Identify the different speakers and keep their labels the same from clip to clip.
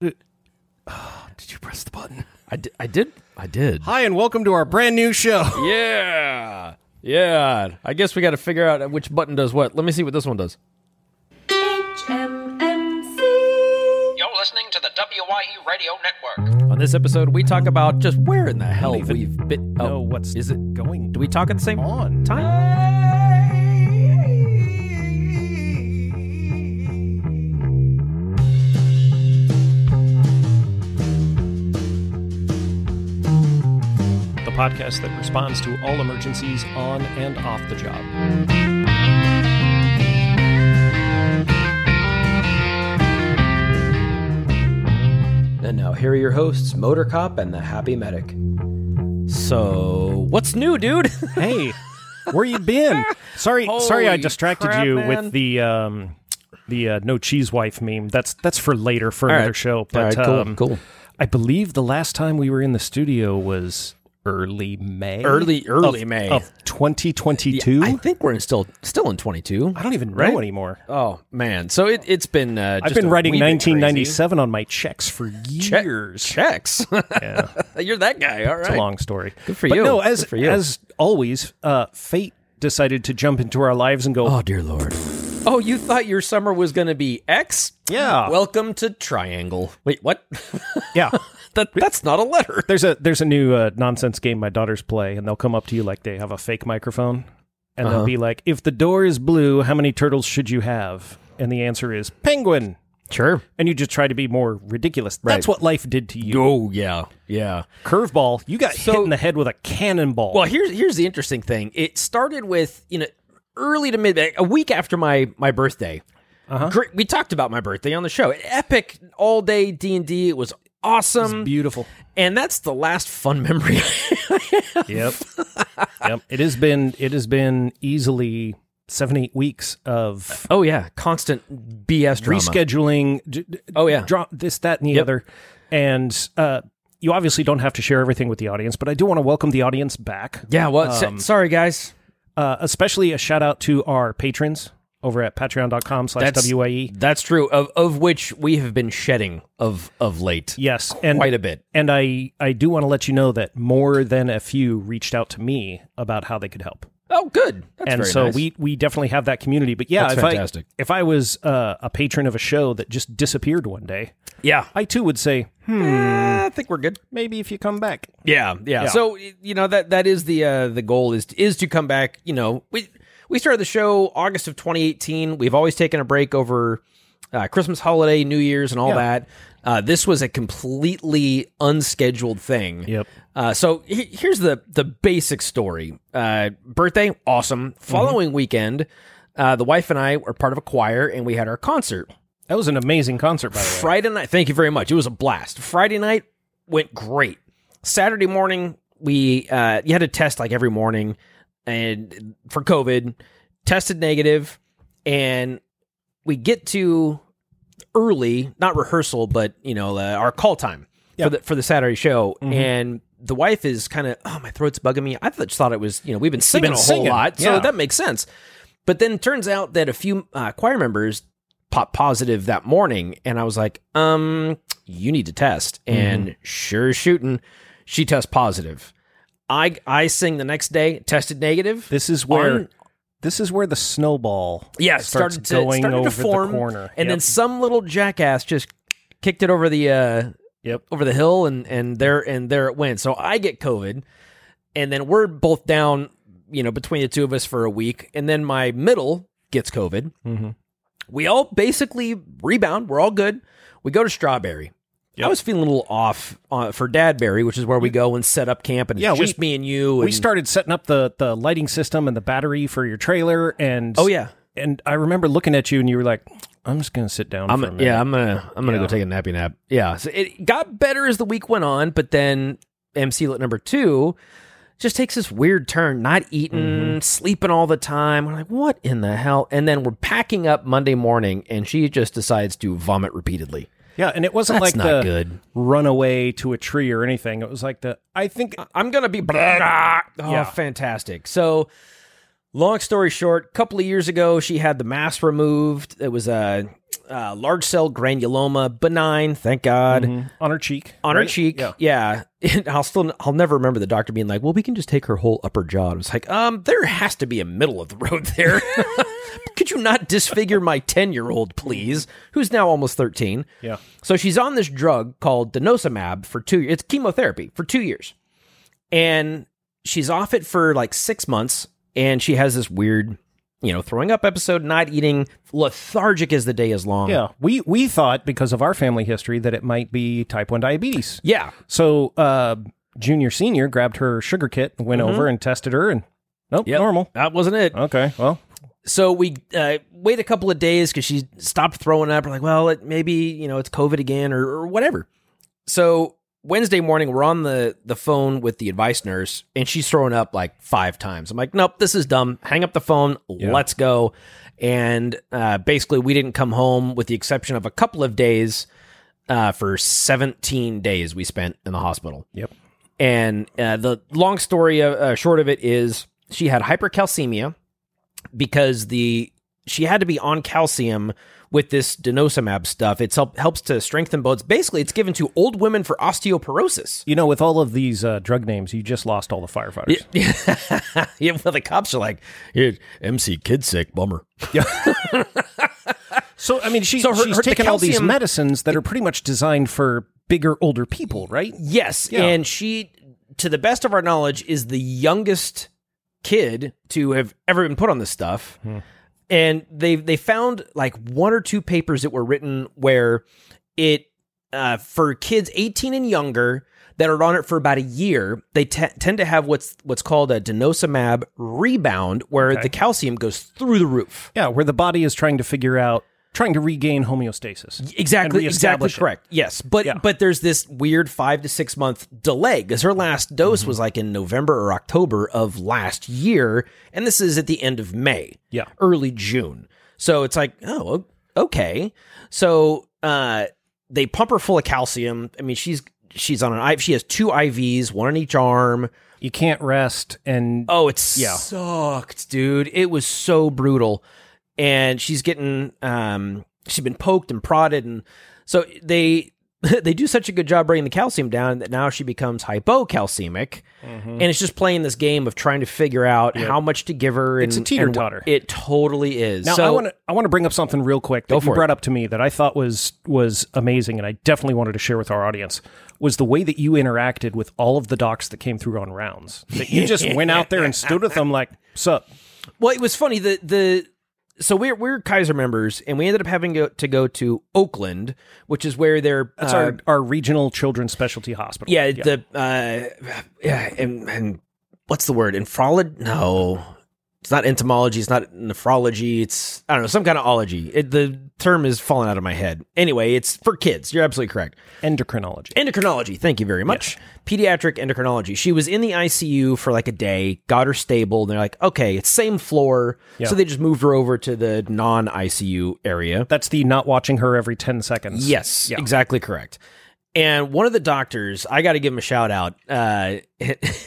Speaker 1: Did you press the button?
Speaker 2: I did. I did. I did.
Speaker 1: Hi, and welcome to our brand new show.
Speaker 2: Yeah. Yeah. I guess we got to figure out which button does what. Let me see what this one does.
Speaker 3: HMMC.
Speaker 4: You're listening to the WYE Radio Network.
Speaker 2: On this episode, we talk about just where in the hell we've been. Oh,
Speaker 1: know what's
Speaker 2: is it?
Speaker 1: going
Speaker 2: Do we talk at the same
Speaker 1: on?
Speaker 2: time?
Speaker 5: the podcast that responds to all emergencies on and off the job.
Speaker 6: And now here are your hosts, Motor Cop and the Happy Medic.
Speaker 2: So what's new, dude?
Speaker 1: Hey, where you been? Sorry, sorry, I
Speaker 2: Holy
Speaker 1: distracted
Speaker 2: crap,
Speaker 1: you
Speaker 2: man.
Speaker 1: with the um, the uh, no cheese wife meme. That's that's for later for
Speaker 2: All
Speaker 1: another
Speaker 2: right.
Speaker 1: show.
Speaker 2: All right,
Speaker 1: But
Speaker 2: cool,
Speaker 1: um,
Speaker 2: cool.
Speaker 1: I believe the last time we were in the studio was early May.
Speaker 2: Early- early
Speaker 1: of-
Speaker 2: May.
Speaker 1: of 2022.
Speaker 2: I think we're in still still in 22.
Speaker 1: I don't even know
Speaker 2: Right?
Speaker 1: anymore.
Speaker 2: Oh man. So it it's been. Uh,
Speaker 1: I've
Speaker 2: just
Speaker 1: been
Speaker 2: a
Speaker 1: writing
Speaker 2: wee bit
Speaker 1: 1997 on my checks for
Speaker 2: crazy. Che-
Speaker 1: years.
Speaker 2: checks.
Speaker 1: Yeah.
Speaker 2: You're that guy. All right.
Speaker 1: It's a long story.
Speaker 2: Good for
Speaker 1: but
Speaker 2: you.
Speaker 1: No, as
Speaker 2: Good for you.
Speaker 1: as always, uh, fate decided to jump into our lives and go.
Speaker 2: Oh dear lord. Oh, you thought your summer was going to be X?
Speaker 1: Yeah.
Speaker 2: Welcome to Triangle. Wait, what?
Speaker 1: Yeah,
Speaker 2: that, that's not a letter.
Speaker 1: there's a there's a new uh, nonsense game my daughters play, and they'll come up to you like they have a fake microphone, and
Speaker 2: Uh-huh.
Speaker 1: they'll be like, "If the door is blue, how many turtles should you have?" And the answer is penguin.
Speaker 2: Sure.
Speaker 1: And you just try to be more ridiculous. That's what life did to you.
Speaker 2: Oh yeah, yeah.
Speaker 1: Curveball. You got
Speaker 2: So-
Speaker 1: hit in the head with a cannonball.
Speaker 2: Well, here's here's the interesting thing. It started with you know early to mid a week after my my birthday. Great- We talked about my birthday on the show. Epic all day D and D. It was awesome,
Speaker 1: Beautiful.
Speaker 2: and that's the last fun memory.
Speaker 1: Yep. yep. It has been it has been easily seven eight weeks of
Speaker 2: oh yeah, constant BS drama.
Speaker 1: rescheduling. d- d-
Speaker 2: Oh, yeah.
Speaker 1: drop this, that, and the
Speaker 2: Yep.
Speaker 1: other. And uh, you obviously don't have to share everything with the audience, but I do want to welcome the audience back.
Speaker 2: Yeah. Well, so- sorry guys.
Speaker 1: Uh, especially a shout out to our patrons over at patreon.com slash E.
Speaker 2: That's-
Speaker 1: WAE.
Speaker 2: That's true. Of of which we have been shedding of of late.
Speaker 1: Yes, and
Speaker 2: Quite a bit.
Speaker 1: And I I do want to let you know that more than a few reached out to me about how they could help.
Speaker 2: Oh, good. That's
Speaker 1: and
Speaker 2: very
Speaker 1: so
Speaker 2: nice.
Speaker 1: we we definitely have that community. But yeah,
Speaker 2: That's
Speaker 1: if
Speaker 2: fantastic.
Speaker 1: I if I was uh, a patron of a show that just disappeared one day,
Speaker 2: yeah.
Speaker 1: I too would say "Hmm,
Speaker 2: I think we're good.
Speaker 1: maybe if you come back.
Speaker 2: Yeah, yeah.
Speaker 1: Yeah.
Speaker 2: So y- you know that that is the uh, the goal is is to come back. You know, we we started the show August of 2018. We've always taken a break over uh, Christmas holiday, New Year's, and all that. Uh, this was a completely unscheduled thing.
Speaker 1: Yep.
Speaker 2: Uh, so he- here's the the basic story. Uh, birthday, awesome.
Speaker 1: Mm-hmm.
Speaker 2: Following weekend, uh, the wife and I were part of a choir, and we had our concert.
Speaker 1: That was an amazing concert, by the way.
Speaker 2: Friday night. Thank you very much. It was a blast. Friday night went great. Saturday morning, we uh, you had to test like every morning, and for COVID, tested negative, and we get to early, not rehearsal, but you know uh, our call time
Speaker 1: Yeah.
Speaker 2: for the for the Saturday show,
Speaker 1: Mm-hmm.
Speaker 2: and the wife is kind of oh my throat's bugging me. I th- just thought it was you know we've been singing
Speaker 1: been
Speaker 2: a whole
Speaker 1: singing.
Speaker 2: lot, so
Speaker 1: Yeah.
Speaker 2: that makes sense. But then turns out that a few uh, choir members popped positive that morning, and I was like, um, you need to test. And sure as shooting, she tests positive. I I sing the next day, tested negative.
Speaker 1: This is where
Speaker 2: On-
Speaker 1: this is where the snowball
Speaker 2: yeah, it
Speaker 1: starts
Speaker 2: started to,
Speaker 1: going
Speaker 2: started
Speaker 1: over
Speaker 2: to form,
Speaker 1: the corner.
Speaker 2: and then
Speaker 1: Yep.
Speaker 2: some little jackass just kicked it over the uh,
Speaker 1: Yep.
Speaker 2: over the hill, and and there and there it went. So I get COVID, and then we're both down, you know, between the two of us for a week, and then my middle gets COVID.
Speaker 1: Mm-hmm.
Speaker 2: We all basically rebound. We're all good. We go to Strawberry. I was feeling a little off uh, for Dadberry, which is where we go and set up camp, and
Speaker 1: Yeah,
Speaker 2: it's
Speaker 1: we-
Speaker 2: just me and you. And,
Speaker 1: we started setting up the the lighting system and the battery for your trailer and
Speaker 2: Oh yeah,
Speaker 1: and I remember looking at you and you were like I'm just going to sit down for a
Speaker 2: I'm
Speaker 1: minute.
Speaker 2: yeah, I'm gonna I'm gonna go
Speaker 1: Yeah.
Speaker 2: take a nappy nap. Yeah, so it got better as the week went on, but then MC lit number two just takes this weird turn, not eating,
Speaker 1: Mm-hmm.
Speaker 2: sleeping all the time. We're like, what in the hell? And then we're packing up Monday morning, and she just decides to vomit repeatedly.
Speaker 1: Yeah, and it wasn't
Speaker 2: That's
Speaker 1: like
Speaker 2: not
Speaker 1: the
Speaker 2: good.
Speaker 1: run away to a tree or anything. It was like the I think
Speaker 2: I'm gonna be blah. Oh,
Speaker 1: Yeah.
Speaker 2: fantastic. So long story short, a couple of years ago, she had the mass removed. It was a uh, uh, large cell granuloma, benign, thank
Speaker 1: Mm-hmm.
Speaker 2: God.
Speaker 1: on her cheek.
Speaker 2: Uh, On her
Speaker 1: right?
Speaker 2: cheek,
Speaker 1: Yeah.
Speaker 2: yeah. And I'll still, I'll never remember the doctor being like, "Well, we can just take her whole upper jaw." It was like, um, there has to be a middle of the road there. Could you not disfigure my ten-year-old, please? Who's now almost thirteen.
Speaker 1: Yeah.
Speaker 2: So she's on this drug called denosumab for two years. It's chemotherapy for two years. And she's off it for like six months. And she has this weird, you know, throwing up episode, not eating, lethargic as the day is long.
Speaker 1: Yeah. We we thought because of our family history that it might be type 1 diabetes.
Speaker 2: Yeah.
Speaker 1: So, uh, junior senior grabbed her sugar kit and went over and tested her and nope,
Speaker 2: Yep.
Speaker 1: normal.
Speaker 2: That wasn't it.
Speaker 1: Okay. Well,
Speaker 2: so we uh, wait a couple of days because she stopped throwing up. We're like, well, it maybe you know it's COVID again or, or whatever. So Wednesday morning, we're on the the phone with the advice nurse, and she's throwing up like five times. I'm like, nope, this is dumb. Hang up the phone. Let's go. And uh, basically, we didn't come home with the exception of a couple of days. Uh, for 17 days, we spent in the hospital.
Speaker 1: Yep.
Speaker 2: And uh, the long story uh, uh, short of it is she had hypercalcemia, because the she had to be on calcium with this denosumab stuff. It help, helps to strengthen bones. Basically, it's given to old women for osteoporosis.
Speaker 1: you know, with all of these uh, drug names, you just lost all the firefighters.
Speaker 2: yeah, well, the cops are like, "Here, "MC kid sick, bummer."
Speaker 1: So, I mean, she,
Speaker 2: So her-
Speaker 1: she's
Speaker 2: her- the
Speaker 1: taking all these
Speaker 2: calcium-
Speaker 1: medicines that are pretty much designed for bigger, older people, right?
Speaker 2: Yes,
Speaker 1: Yeah.
Speaker 2: and she, to the best of our knowledge, is the youngest kid to have ever been put on this stuff. And they they found like one or two papers that were written where it uh, for kids 18 and younger that are on it for about a year, they te- tend to have what's what's called a denosumab rebound, where the calcium goes through the roof.
Speaker 1: Yeah, where the body is trying to figure out, trying to regain homeostasis.
Speaker 2: Exactly, exactly
Speaker 1: reestablish it.
Speaker 2: correct. Yes, but but there's this weird five to six month delay because her last
Speaker 1: Mm-hmm.
Speaker 2: dose was like in November or October of last year, and this is at the end of May,
Speaker 1: Yeah.
Speaker 2: early June. So it's like, oh, o- okay. So uh, they pump her full of calcium. I mean, she's she's on an IV. She has two IVs, one on each arm.
Speaker 1: You can't rest, and
Speaker 2: Oh, it's
Speaker 1: Yeah.
Speaker 2: sucked, dude. It was so brutal. And she's getting um she's been poked and prodded and so they they do such a good job bringing the calcium down that now she becomes hypocalcemic
Speaker 1: Mm-hmm.
Speaker 2: and it's just playing this game of trying to figure out how much to give her and
Speaker 1: It's a
Speaker 2: and
Speaker 1: teeter-totter.
Speaker 2: wh- it totally is
Speaker 1: now
Speaker 2: so
Speaker 1: I want to I want to bring up something real quick that you
Speaker 2: for it.
Speaker 1: brought up to me that I thought was was amazing, and I definitely wanted to share with our audience was the way that you interacted with all of the docs that came through on rounds. That you just went out there and stood with them like, "Sup?"
Speaker 2: Well, it was funny. The the so we're we're Kaiser members, and we ended up having go, to go to Oakland, which is where they're
Speaker 1: That's
Speaker 2: uh,
Speaker 1: our our regional children's specialty hospital.
Speaker 2: yeah, the uh yeah and, and what's the word Infrolog? No, it's not entomology. It's not nephrology. It's I don't know some kind of ology. It, the term is falling out of my head. Anyway, it's for kids. You're absolutely correct.
Speaker 1: endocrinology.
Speaker 2: Endocrinology. Thank you very much. Pediatric endocrinology. She was in the ICU for like a day, got her stable, and they're like, okay, it's same floor. So they just moved her over to the non ICU area.
Speaker 1: That's the not watching her every ten seconds.
Speaker 2: Yes,
Speaker 1: Yeah.
Speaker 2: exactly correct. And one of the doctors, I got to give him a shout out. Uh,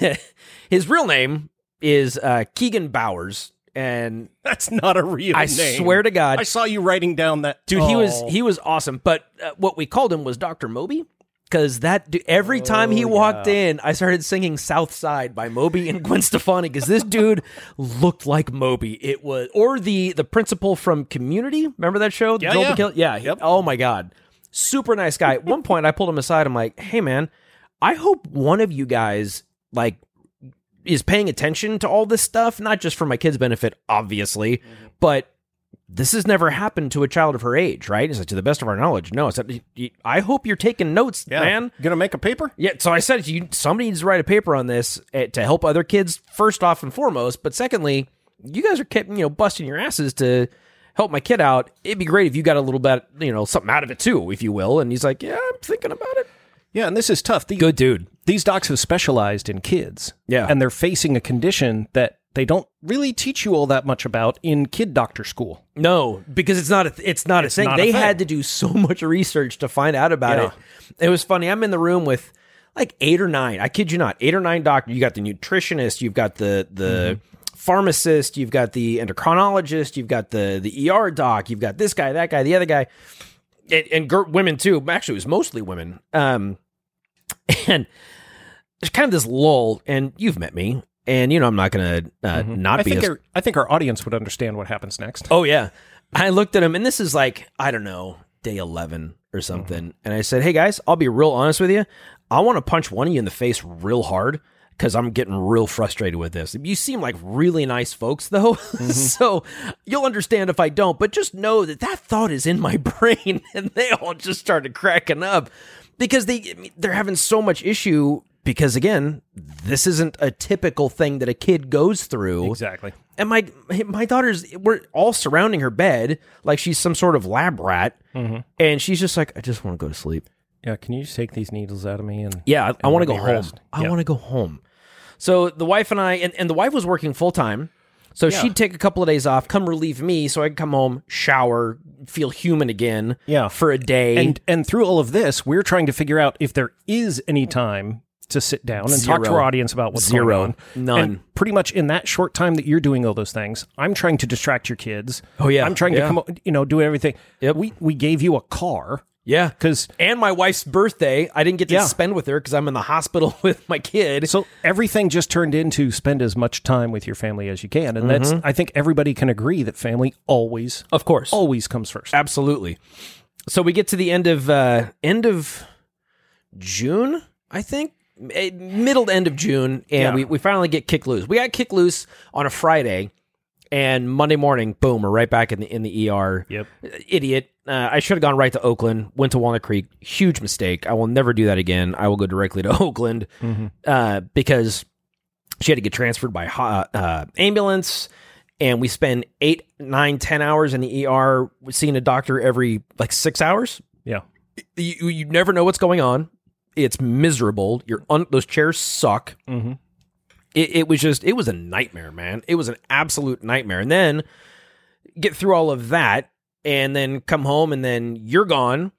Speaker 2: his real name is uh, Keegan Bowers. And
Speaker 1: That's not a real
Speaker 2: I
Speaker 1: name.
Speaker 2: swear to God,
Speaker 1: I saw you writing down that
Speaker 2: dude he was
Speaker 1: Oh.
Speaker 2: he was awesome but uh, what we called him was dr moby because that dude, every
Speaker 1: Oh,
Speaker 2: time he walked in i started singing south side by moby and gwen stefani because this dude looked like moby it was or the the principal from community remember that show yeah,
Speaker 1: yeah.
Speaker 2: yeah he- oh my god super nice guy at one point i pulled him aside i'm like hey man i hope one of you guys like is paying attention to all this stuff, not just for my kids' benefit, obviously, but this has never happened to a child of her age, right? It's like, to the best of our knowledge, no. It's y y- I hope you're taking notes,
Speaker 1: Yeah.
Speaker 2: man.
Speaker 1: Gonna make a paper?
Speaker 2: Yeah, so I said you somebody needs to write a paper on this eh, to help other kids first off and foremost, but secondly, you guys are kept you know busting your asses to help my kid out. It'd be great if you got a little bit you know something out of it too, if you will. And he's like, yeah, I'm thinking about it.
Speaker 1: Yeah, and this is tough. The-
Speaker 2: Good dude.
Speaker 1: these docs have specialized in kids.
Speaker 2: Yeah.
Speaker 1: And they're facing a condition that they don't really teach you all that much about in kid doctor school.
Speaker 2: No, because it's not a th- it's not a thing.
Speaker 1: not a
Speaker 2: they
Speaker 1: thing.
Speaker 2: had to do so much research to find out about it. It was funny. I'm in the room with like eight or nine. I kid you not, eight or nine doctors. You got the nutritionist. You've got the the
Speaker 1: Mm-hmm.
Speaker 2: pharmacist, you've got the endocrinologist, you've got the the ER doc, you've got this guy, that guy, the other guy, and, and gir- women too. Actually, it was mostly women. Um, and there's kind of this lull, and you've met me, and you know I'm not gonna uh, not
Speaker 1: Mm-hmm. I
Speaker 2: be.
Speaker 1: think
Speaker 2: as-
Speaker 1: our, I think our audience would understand what happens next.
Speaker 2: Oh yeah. I looked at him and this is like, I don't know, day 11 or something. And I said, "Hey guys, I'll be real honest with you. I want to punch one of you in the face real hard cuz I'm getting real frustrated with this. You seem like really nice folks though. so, you'll understand if I don't, but just know that that thought is in my brain and they all just started cracking up because they I mean, they're having so much issue because again, this isn't a typical thing that a kid goes through
Speaker 1: Exactly.
Speaker 2: and my my daughter's we're all surrounding her bed like she's some sort of lab rat
Speaker 1: Mm-hmm.
Speaker 2: and she's just like i just want to go to sleep
Speaker 1: Yeah. Can you just take these needles out of me and
Speaker 2: yeah i, I want to
Speaker 1: let
Speaker 2: go
Speaker 1: me
Speaker 2: home
Speaker 1: rest.
Speaker 2: i
Speaker 1: Yeah.
Speaker 2: want to go home so the wife and i and, and the wife was working full-time so she'd take a couple of days off come relieve me so i could come home shower feel human again
Speaker 1: Yeah.
Speaker 2: for a day
Speaker 1: and and through all of this, we're trying to figure out if there is any time to sit down and talk to
Speaker 2: Zero.
Speaker 1: our audience about what's
Speaker 2: Zero.
Speaker 1: going on.
Speaker 2: None.
Speaker 1: And pretty much in that short time that you're doing all those things, I'm trying to distract your kids.
Speaker 2: Oh, yeah.
Speaker 1: I'm trying
Speaker 2: Yeah.
Speaker 1: to come, up- you know, do everything.
Speaker 2: Yep.
Speaker 1: We we gave you a car
Speaker 2: yeah
Speaker 1: because
Speaker 2: and my wife's birthday i didn't get to
Speaker 1: Yeah.
Speaker 2: spend with her because i'm in the hospital with my kid
Speaker 1: so everything just turned into spend as much time with your family as you can, and that's I think everybody can agree that family always
Speaker 2: of course
Speaker 1: always comes first.
Speaker 2: Absolutely. So we get to the end of uh end of June, I think. M- eh, Middle to end of June, and
Speaker 1: Yeah.
Speaker 2: we, we finally get kick loose. We got kick loose on a Friday, and Monday morning, boom, we're right back in the in the ER.
Speaker 1: Yep.
Speaker 2: Idiot. Uh, I should have gone right to Oakland. Went to Walnut Creek. Huge mistake. I will never do that again. I will go directly to Oakland uh, because she had to get transferred by ho- uh, ambulance and we spend eight nine ten hours in the er seeing a doctor every like six hours
Speaker 1: Yeah.
Speaker 2: you, you never know what's going on it's miserable You're un- those chairs suck
Speaker 1: Mhm.
Speaker 2: it, it was just it was a nightmare man it was an absolute nightmare and then get through all of that and then come home and then you're gone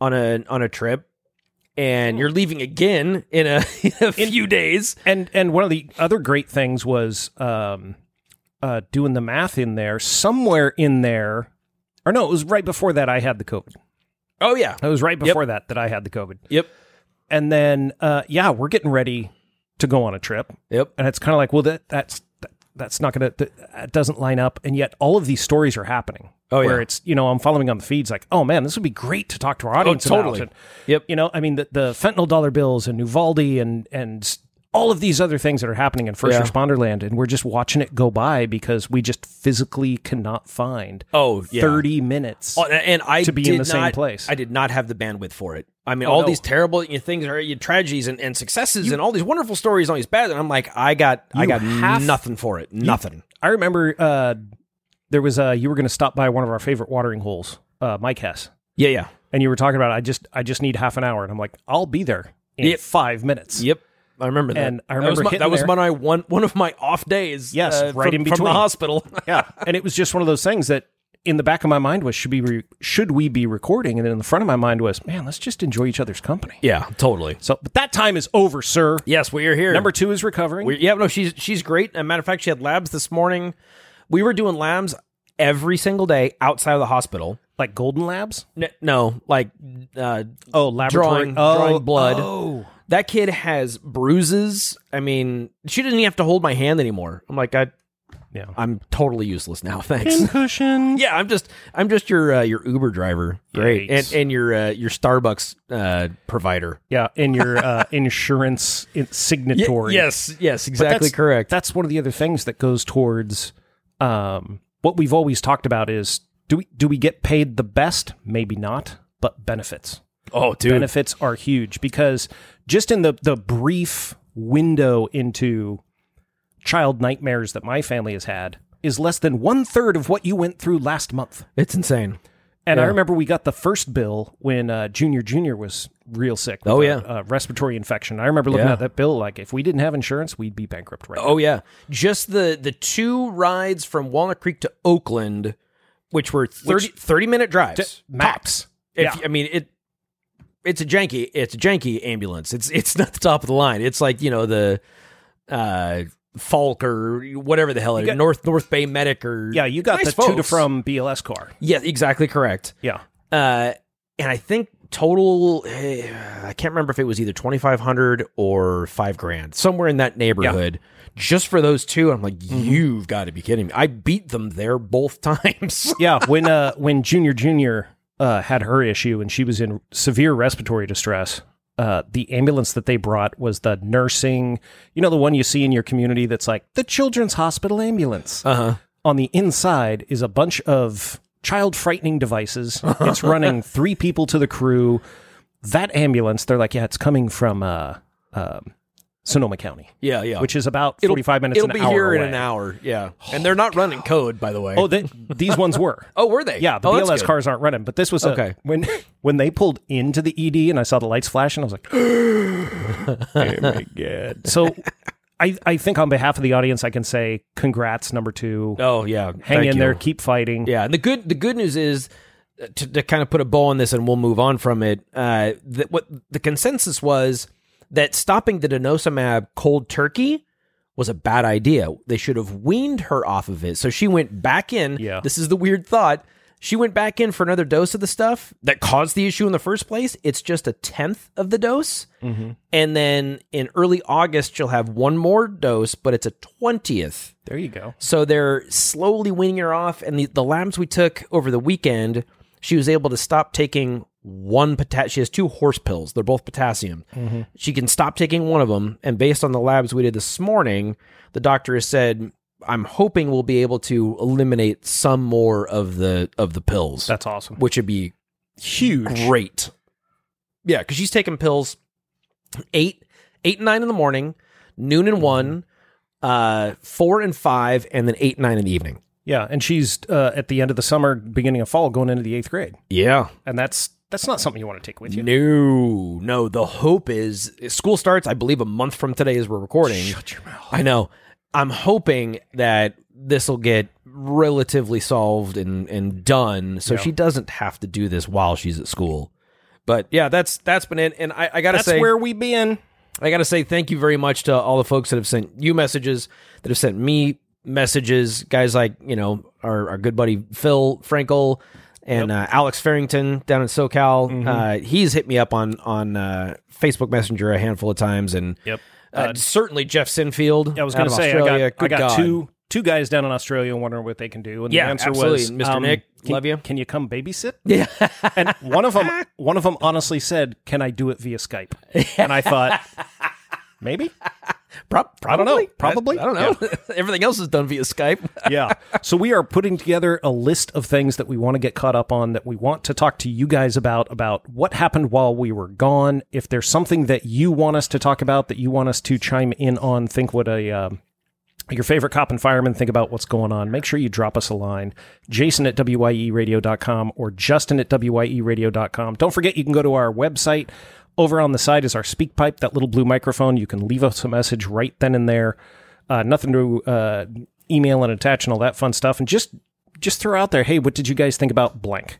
Speaker 2: on a on a trip and you're leaving again in a, in a few days
Speaker 1: And and one of the other great things was um, uh, doing the math in there. Somewhere in there, or no, it was right before that. I had the COVID.
Speaker 2: oh yeah
Speaker 1: It was right before that that I had the COVID.
Speaker 2: yep
Speaker 1: And then, uh, yeah, we're getting ready to go on a trip,
Speaker 2: yep
Speaker 1: and it's kind of like, well, that that's that, that's not gonna that, that doesn't line up, and yet all of these stories are happening.
Speaker 2: Oh,
Speaker 1: where
Speaker 2: yeah.
Speaker 1: it's you know I'm following on the feeds like, oh man, this would be great to talk to our audience about,
Speaker 2: Oh, totally.
Speaker 1: and-
Speaker 2: Yep.
Speaker 1: you know, I mean, the, the fentanyl dollar bills and Uvalde and and all of these other things that are happening in first
Speaker 2: Yeah.
Speaker 1: responder land, and we're just watching it go by because we just physically cannot find
Speaker 2: Oh, yeah.
Speaker 1: thirty minutes.
Speaker 2: Oh, and and I
Speaker 1: to be in
Speaker 2: did
Speaker 1: the same
Speaker 2: not-
Speaker 1: place. Oh,
Speaker 2: I did not have the bandwidth for it. I mean, all
Speaker 1: no.
Speaker 2: these terrible you know, things are you know, tragedies and, and successes and all these wonderful stories, all these bad. And I'm like, I got, I
Speaker 1: You
Speaker 2: got
Speaker 1: have-
Speaker 2: nothing for it, nothing.
Speaker 1: I remember uh, there was uh, you were going to stop by one of our favorite watering holes, uh, Mike Hess,
Speaker 2: Yeah, yeah,
Speaker 1: and you were talking about I just I just need half an hour, and I'm like, I'll be there in
Speaker 2: Yep.
Speaker 1: five minutes.
Speaker 2: yep. I remember that.
Speaker 1: And I
Speaker 2: that was
Speaker 1: remember
Speaker 2: my,
Speaker 1: hitting
Speaker 2: that was
Speaker 1: there.
Speaker 2: my one one of my off days. uh,
Speaker 1: Yes, right
Speaker 2: from,
Speaker 1: in
Speaker 2: from the
Speaker 1: between.
Speaker 2: hospital.
Speaker 1: yeah, and it was just one of those things that in the back of my mind was should be re- should we be recording, and then in the front of my mind was man, let's just enjoy each other's company.
Speaker 2: yeah, totally.
Speaker 1: So, but that time is over, sir.
Speaker 2: Yes, we are here.
Speaker 1: Number two is recovering.
Speaker 2: We- yeah, no, she's she's great. As a matter of fact, she had labs this morning. We were doing labs every single day outside of the hospital.
Speaker 1: like Golden Labs.
Speaker 2: N- no, like uh,
Speaker 1: Oh,
Speaker 2: drawing,
Speaker 1: laboratory.
Speaker 2: drawing blood.
Speaker 1: Oh,
Speaker 2: That kid has bruises. I mean, she didn't even have to hold my hand anymore. I'm like, I,
Speaker 1: Yeah.
Speaker 2: I'm totally useless now. Thanks.
Speaker 1: cushion.
Speaker 2: yeah, I'm just, I'm just your uh, your Uber driver, great, and
Speaker 1: Yikes.
Speaker 2: and your uh, your Starbucks uh, provider.
Speaker 1: Yeah, in your uh, insurance in- signatory.
Speaker 2: yes, yes,
Speaker 1: But
Speaker 2: exactly
Speaker 1: that's-
Speaker 2: correct.
Speaker 1: That's one of the other things that goes towards um, what we've always talked about is do we do we get paid the best? Maybe not, but benefits.
Speaker 2: oh, dude,
Speaker 1: Benefits are huge because just in the the brief window into child nightmares that my family has had is less than one third of what you went through last month.
Speaker 2: it's insane.
Speaker 1: And I
Speaker 2: Yeah.
Speaker 1: remember we got the first bill when uh, Junior Junior was real sick. with
Speaker 2: Oh,
Speaker 1: a-
Speaker 2: yeah.
Speaker 1: a respiratory infection. I remember looking
Speaker 2: Yeah.
Speaker 1: at that bill like if we didn't have insurance, we'd be bankrupt right now.
Speaker 2: Oh yeah, just the the two rides from Walnut Creek to Oakland, which were 30, 30 minute drives.
Speaker 1: Max.
Speaker 2: If,
Speaker 1: Yeah.
Speaker 2: I mean it. It's a janky. It's a janky ambulance. It's it's not the top of the line. It's like you know the, uh, Falk or whatever the hell it is,
Speaker 1: got-
Speaker 2: North North Bay Medic or
Speaker 1: Yeah, you got
Speaker 2: Nice
Speaker 1: the to to
Speaker 2: folks.
Speaker 1: from BLS car.
Speaker 2: Yeah, exactly correct.
Speaker 1: Yeah.
Speaker 2: Uh, and I think total, eh, I can't remember if it was either twenty five hundred or five grand, somewhere in that neighborhood, just for those two. I'm like,
Speaker 1: Mm-hmm.
Speaker 2: you've got to be kidding me! I beat them there both times.
Speaker 1: Yeah, when uh when Junior Junior uh had her issue and she was in severe respiratory distress, uh the ambulance that they brought was the nursing, you know the one you see in your community that's like the children's hospital ambulance.
Speaker 2: Uh-huh.
Speaker 1: On the inside is a bunch of child frightening devices. It's running three people to the crew. That ambulance, they're like, yeah, it's coming from uh um Sonoma County,
Speaker 2: Yeah, yeah.
Speaker 1: which is about
Speaker 2: It'll-
Speaker 1: 45 minutes
Speaker 2: it'll
Speaker 1: an
Speaker 2: be
Speaker 1: hour
Speaker 2: here in
Speaker 1: away.
Speaker 2: an hour. Yeah, and they're not running code, by the way.
Speaker 1: Oh, they, these ones were.
Speaker 2: oh, were they?
Speaker 1: Yeah, the
Speaker 2: oh, that's
Speaker 1: BLS
Speaker 2: good.
Speaker 1: cars aren't running, but this was a-
Speaker 2: Okay.
Speaker 1: when when they pulled into the ED and I saw the lights flash and I was like, "Oh my god!" So, I I think on behalf of the audience, I can say congrats, number two.
Speaker 2: Oh, yeah.
Speaker 1: Hang
Speaker 2: Thank
Speaker 1: in
Speaker 2: you.
Speaker 1: there, keep fighting.
Speaker 2: Yeah, and the good the good news is uh, to, to kind of put a bow on this, and we'll move on from it. Uh, that what the consensus was that stopping the denosumab cold turkey was a bad idea. They should have weaned her off of it. So she went back in.
Speaker 1: Yeah.
Speaker 2: this is the weird thought. She went back in for another dose of the stuff that caused the issue in the first place. It's just a tenth of the dose. And then in early August, she'll have one more dose, but it's a 20th
Speaker 1: There you go.
Speaker 2: so they're slowly weaning her off. And the, the labs we took over the weekend, she was able to stop taking one potassium. She has two horse pills. They're both potassium. She can stop taking one of them. And based on the labs we did this morning, the doctor has said, I'm hoping we'll be able to eliminate some more of the of the pills,
Speaker 1: That's awesome.
Speaker 2: which would be
Speaker 1: Huge.
Speaker 2: great. Yeah, because she's taking pills eight, eight and nine in the morning, noon and one, uh, four and five, and then eight and nine in the evening.
Speaker 1: Yeah, and she's uh, at the end of the summer, beginning of fall, going into the eighth grade,
Speaker 2: Yeah.
Speaker 1: and that's that's not something you want to take with you.
Speaker 2: No, no. The hope is school starts, I believe, a month from today as we're recording. Shut your mouth. I know. I'm hoping that this will get relatively solved and, and done so she doesn't have to do this while she's at school. But yeah, that's that's been it. And I, I gotta
Speaker 1: That's
Speaker 2: say
Speaker 1: where we been.
Speaker 2: I got to say thank you very much to all the folks that have sent you messages, that have sent me messages, guys like, you know, our, our good buddy Phil Frankel and uh, Alex Farrington down in SoCal.
Speaker 1: Mm-hmm.
Speaker 2: Uh, he's hit me up on on uh, Facebook Messenger a handful of times and
Speaker 1: Yep.
Speaker 2: uh, certainly Jeff Sinfield.
Speaker 1: I was
Speaker 2: going to
Speaker 1: say
Speaker 2: Australia.
Speaker 1: I got, I
Speaker 2: Good
Speaker 1: got
Speaker 2: God.
Speaker 1: two two guys down in Australia wondering what they can do, and
Speaker 2: Yeah,
Speaker 1: the answer
Speaker 2: absolutely.
Speaker 1: was, um,
Speaker 2: Mr. Nick,
Speaker 1: can-
Speaker 2: love you.
Speaker 1: Can you come babysit?
Speaker 2: Yeah.
Speaker 1: And one of them, one of them honestly said, "Can I do it via Skype?" And I thought, maybe,
Speaker 2: Pro- probably.
Speaker 1: know. Probably.
Speaker 2: I, I don't know. Everything else is done via Skype.
Speaker 1: yeah. So we are putting together a list of things that we want to get caught up on that we want to talk to you guys about about what happened while we were gone. If there's something that you want us to talk about that you want us to chime in on, think what a um, your favorite cop and fireman think about what's going on make sure you drop us a line jason at E wyeradio.com or justin at E wyeradio.com don't forget you can go to our website over on the side is our speak pipe that little blue microphone you can leave us a message right then and there uh, nothing to uh, email and attach and all that fun stuff and just just throw out there hey what did you guys think about blank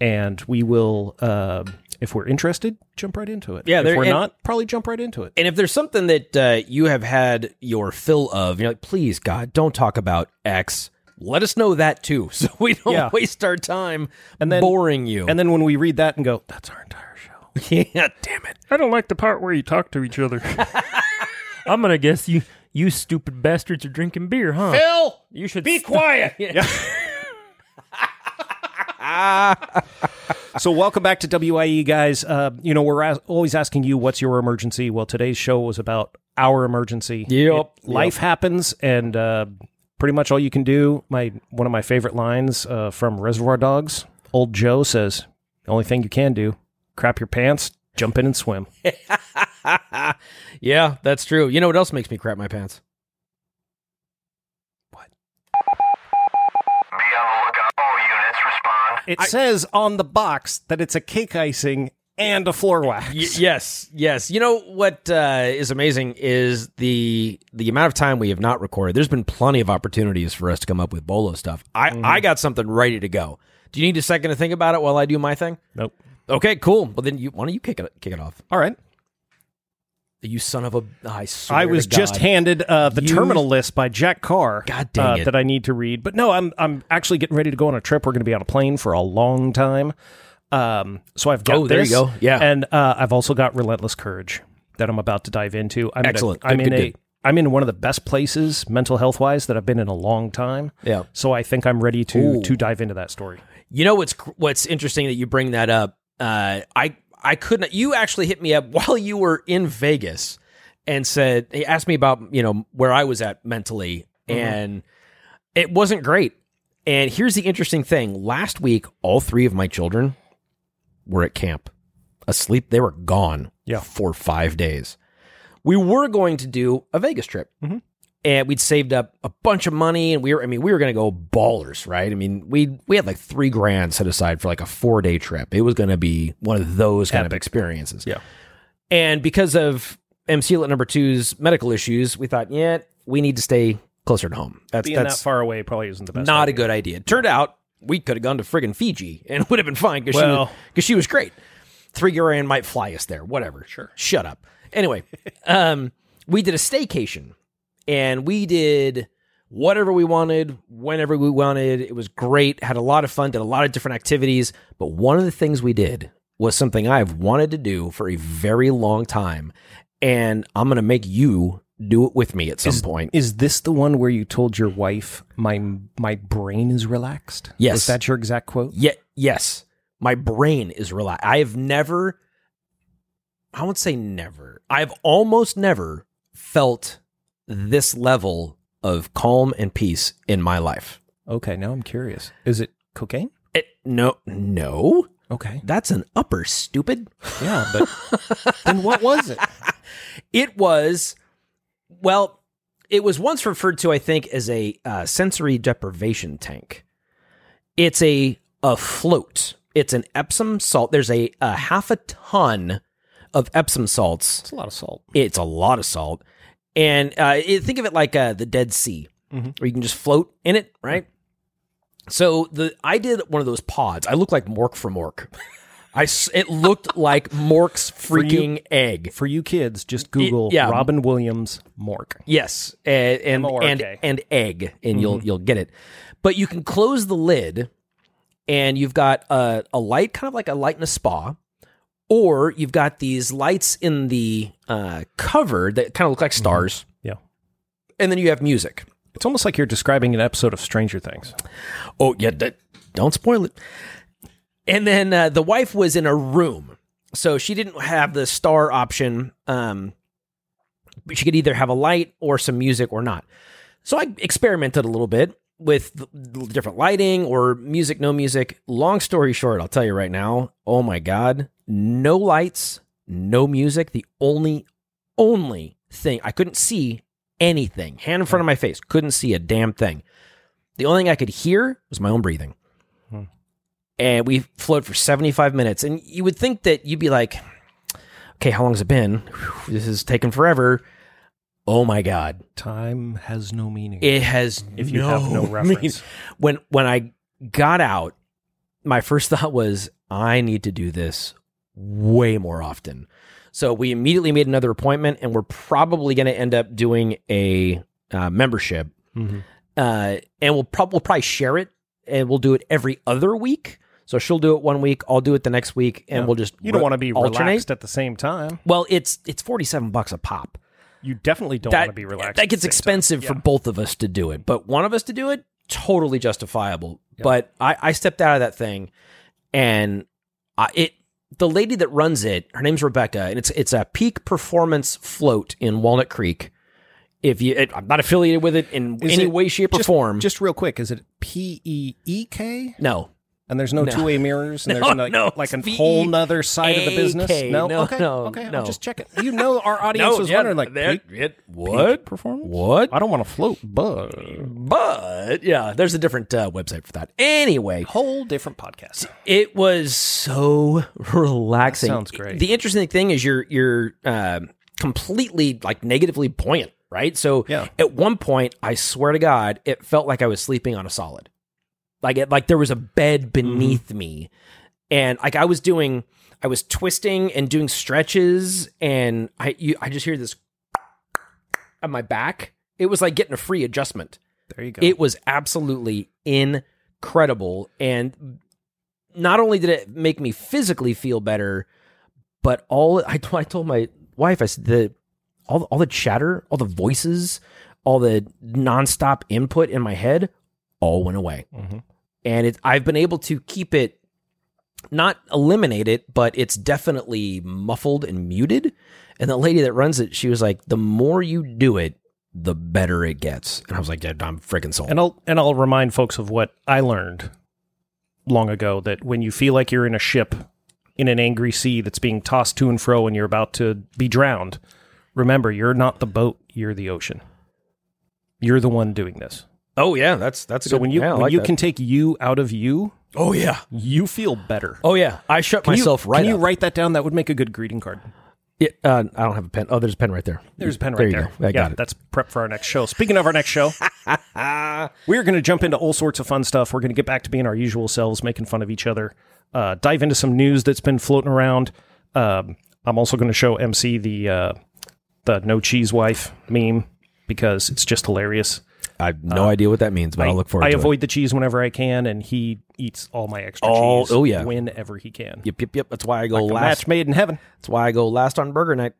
Speaker 1: and we will uh, if we're interested jump right into it
Speaker 2: Yeah,
Speaker 1: if
Speaker 2: there-
Speaker 1: we're
Speaker 2: and-
Speaker 1: not probably jump right into it
Speaker 2: And if there's something that uh, you have had your fill of, you're like, please, God, don't talk about X. Let us know that too, so we don't
Speaker 1: Yeah.
Speaker 2: waste our time
Speaker 1: then-
Speaker 2: boring you.
Speaker 1: and then when we read that and go that's our entire show
Speaker 2: yeah, damn it.
Speaker 7: I don't like the part where you talk to each other. I'm gonna guess you you stupid bastards are drinking beer, huh?
Speaker 2: Phil, you should be quiet.
Speaker 1: So welcome back to WIE, guys. Uh, you know we're as- always asking you what's your emergency. Well, today's show was about our emergency.
Speaker 2: Yep.
Speaker 1: It- life happens, and uh, pretty much all you can do. My one of my favorite lines uh, from Reservoir Dogs. Old Joe says, "The only thing you can do: crap your pants, jump in and swim."
Speaker 2: yeah, that's true. You know what else makes me crap my pants?
Speaker 8: Be on the lookout. All units respond.
Speaker 1: It says on the box that it's a cake icing and a floor wax.
Speaker 2: Y- yes, yes. You know what uh, is amazing is the the amount of time we have not recorded. There's been plenty of opportunities for us to come up with bolo stuff. I
Speaker 1: Mm-hmm.
Speaker 2: I got something ready to go. Do you need a second to think about it while I do my thing?
Speaker 1: Nope.
Speaker 2: Okay, cool. Well, then you why don't you kick it kick it off?
Speaker 1: All right.
Speaker 2: You son of a! I swear.
Speaker 1: I was
Speaker 2: to God.
Speaker 1: just handed uh, the
Speaker 2: You-
Speaker 1: terminal list by Jack Carr.
Speaker 2: God dang
Speaker 1: uh,
Speaker 2: it.
Speaker 1: That I need to read. But no, I'm I'm actually getting ready to go on a trip. We're going to be on a plane for a long time. Um, so I've got
Speaker 2: Oh, there you
Speaker 1: this,
Speaker 2: go. Yeah.
Speaker 1: and uh, I've also got Relentless Courage that I'm about to dive into. I'm in a-
Speaker 2: Excellent. Good,
Speaker 1: I'm in
Speaker 2: good,
Speaker 1: a
Speaker 2: good.
Speaker 1: I'm in one of the best places mental health wise that I've been in a long time.
Speaker 2: Yeah.
Speaker 1: So I think I'm ready to
Speaker 2: Ooh.
Speaker 1: to dive into that story.
Speaker 2: You know what's what's interesting that you bring that up. Uh, I I couldn't. You actually hit me up while you were in Vegas and said he asked me about you know where I was at mentally,
Speaker 1: Mm-hmm.
Speaker 2: and it wasn't great. And here's the interesting thing: last week, all three of my children were at camp, asleep. They were gone.
Speaker 1: Yeah.
Speaker 2: for five days. We were going to do a Vegas trip
Speaker 1: Mm-hmm.
Speaker 2: and we'd saved up a bunch of money and we were i mean we were going to go ballers right i mean we we had like three grand set aside for like a four day trip it was going to be one of those kind of experiences
Speaker 1: Yeah.
Speaker 2: and because of mc Lit number two's medical issues we thought yeah we need to stay closer to home that's
Speaker 1: Being
Speaker 2: that's
Speaker 1: that far away probably isn't the best.
Speaker 2: not a
Speaker 1: idea.
Speaker 2: good idea turned out we could have gone to friggin fiji and it would have been fine because
Speaker 1: Well-
Speaker 2: she was great three grand might fly us there whatever sure shut up anyway um we did a staycation and we did whatever we wanted, whenever we wanted. It was great, had a lot of fun, did a lot of different activities. But one of the things we did was something I've wanted to do for a very long time. And I'm going to make you do it with me at some point.
Speaker 1: Is this the one where you told your wife my my brain is relaxed?
Speaker 2: Yes.
Speaker 1: Was that your exact quote?
Speaker 2: Ye- yes, my brain is relaxed. I have never, I won't say never, I've almost never felt this level of calm and peace in my life.
Speaker 1: Okay, now I'm curious. Is it cocaine?
Speaker 2: It, no, no.
Speaker 1: Okay.
Speaker 2: That's an upper, stupid.
Speaker 1: Yeah, but then what was it?
Speaker 2: It was, well, it was once referred to, I think, as a uh, sensory deprivation tank. It's a a float. It's an Epsom salt. There's a, a half a ton of Epsom salts.
Speaker 1: It's a lot of salt.
Speaker 2: It's a lot of salt, and uh, it, think of it like uh, the Dead Sea, where you can just float in it, right? So the I did one of those pods. I looked like Mork from Mork. I s- it looked like Mork's
Speaker 1: you-
Speaker 2: freaking egg.
Speaker 1: For you kids, just Google
Speaker 2: yeah.
Speaker 1: Robin Williams Mork.
Speaker 2: Yes, and
Speaker 1: M
Speaker 2: and
Speaker 1: O R K. Mm-hmm.
Speaker 2: and, and egg, and you'll you'll get it. But you can close the lid, and you've got a, a light, kind of like a light in a spa, or you've got these lights in the uh, cover that kind of look like
Speaker 1: Mm-hmm.
Speaker 2: stars.
Speaker 1: Yeah.
Speaker 2: And then you have music.
Speaker 1: It's almost like you're describing an episode of Stranger Things.
Speaker 2: Oh yeah, that, don't spoil it. And then uh, the wife was in a room, so she didn't have the star option. Um, but she could either have a light or some music or not. So I experimented a little bit with the- the different lighting or music, no music. Long story short, I'll tell you right now. Oh my god, no lights, no music. The only, only thing I couldn't see anything. Hand in front of my face, couldn't see a damn thing. The only thing I could hear was my own breathing.
Speaker 1: Hmm.
Speaker 2: And we flowed for 75 minutes. And you would think that you'd be like, okay, how long has it been? Whew, This is taking forever. Oh my God.
Speaker 1: Time has no meaning.
Speaker 2: It has
Speaker 1: if you have no reference.
Speaker 2: when when I got out, my first thought was I need to do this way more often. So we immediately made another appointment, and we're probably going to end up doing a uh, membership,
Speaker 1: Mhm.
Speaker 2: uh, and we'll, prob- we'll probably share it, and we'll do it every other week. So she'll do it one week, I'll do it the next week, and
Speaker 1: Yeah.
Speaker 2: we'll just
Speaker 1: You don't
Speaker 2: ro-
Speaker 1: want to be
Speaker 2: alternate.
Speaker 1: relaxed at the same time.
Speaker 2: Well, it's it's forty seven bucks a pop.
Speaker 1: You definitely don't want to be relaxed.
Speaker 2: That
Speaker 1: at the
Speaker 2: gets
Speaker 1: same time.
Speaker 2: expensive for both of us to do it, but one of us to do it, totally justifiable. But I, I stepped out of that thing, and I, it the lady that runs it, her name's Rebecca, and it's it's a peak performance float in Walnut Creek. If you, it, I'm not affiliated with it in
Speaker 1: Is
Speaker 2: any
Speaker 1: it
Speaker 2: way, shape, or
Speaker 1: Just-
Speaker 2: form.
Speaker 1: Just real quick, is it P E E K?
Speaker 2: no,
Speaker 1: And there's no,
Speaker 2: No.
Speaker 1: two way mirrors, and
Speaker 2: No,
Speaker 1: there's like,
Speaker 2: no,
Speaker 1: like a
Speaker 2: it's
Speaker 1: whole nother side of the business.
Speaker 2: V-E-A-K.
Speaker 1: No,
Speaker 2: No,
Speaker 1: okay,
Speaker 2: no,
Speaker 1: okay.
Speaker 2: no.
Speaker 1: I'm just checking. You know, our audience was
Speaker 2: yeah,
Speaker 1: wondering, like,
Speaker 2: there-
Speaker 1: peak-
Speaker 2: it,
Speaker 1: peak
Speaker 2: what
Speaker 1: performance?
Speaker 2: What?
Speaker 1: I don't want to float, but
Speaker 2: But yeah, there's a different uh, website for that. Anyway,
Speaker 1: whole different podcast.
Speaker 2: It was so relaxing.
Speaker 1: That sounds great.
Speaker 2: The interesting thing is you're you're um completely like negatively buoyant, right? So
Speaker 1: Yeah.
Speaker 2: at one point, I swear to God, it felt like I was sleeping on a solid,
Speaker 1: Mm-hmm.
Speaker 2: like it, like there was a bed beneath me, and like I was doing. I was twisting and doing stretches, and I you, I just hear this on my back. It was like getting a free adjustment.
Speaker 1: There you go.
Speaker 2: It was absolutely incredible. And not only did it make me physically feel better, but all I, I told my wife, I said, the, all, all the chatter, all the voices, all the nonstop input in my head all went away. And it, I've been able to keep it, not eliminate it, but it's definitely muffled and muted. And the lady that runs it, she was like, the more you do it, the better it gets. And I was like, Dude, I'm freaking sold.
Speaker 1: And I'll and I'll remind folks of what I learned long ago that when you feel like you're in a ship in an angry sea that's being tossed to and fro and you're about to be drowned, remember you're not the boat, you're the ocean. You're the one doing this.
Speaker 2: oh yeah, that's that's a
Speaker 1: So
Speaker 2: good-
Speaker 1: when you
Speaker 2: yeah, I
Speaker 1: when
Speaker 2: like
Speaker 1: you
Speaker 2: that.
Speaker 1: can take you out of you,
Speaker 2: oh yeah
Speaker 1: you feel better.
Speaker 2: oh yeah I shut
Speaker 1: Can you-
Speaker 2: myself right.
Speaker 1: Can you
Speaker 2: up.
Speaker 1: write that down? That would make a good greeting card.
Speaker 2: Yeah, uh, I don't have a pen. Oh, there's a pen right there.
Speaker 1: There's a pen right
Speaker 2: there
Speaker 1: there.
Speaker 2: you go. I
Speaker 1: yeah,
Speaker 2: got it.
Speaker 1: that's prep for our next show. Speaking of our next show, we're going to jump into all sorts of fun stuff. We're going to get back to being our usual selves, making fun of each other, uh, dive into some news that's been floating around. Um, I'm also going to show MC the uh, the no cheese wife meme because it's just hilarious.
Speaker 2: I have no idea what that means, but Uh, I, will look forward
Speaker 1: I
Speaker 2: to
Speaker 1: avoid the cheese whenever I can, and he eats all my extra
Speaker 2: All-
Speaker 1: cheese.
Speaker 2: oh, yeah.
Speaker 1: whenever he can.
Speaker 2: it. Yep, yep, yep. That's why I go
Speaker 1: Like a
Speaker 2: last.
Speaker 1: match made in heaven.
Speaker 2: That's why I go last on burger night.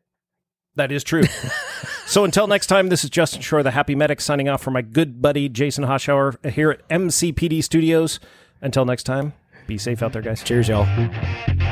Speaker 1: That is true. so until next time, this is Justin Shore, the Happy Medic, signing off for my good buddy Jason Hoshauer here at MCPD Studios. Until next time, be safe out there, guys.
Speaker 2: Cheers, y'all.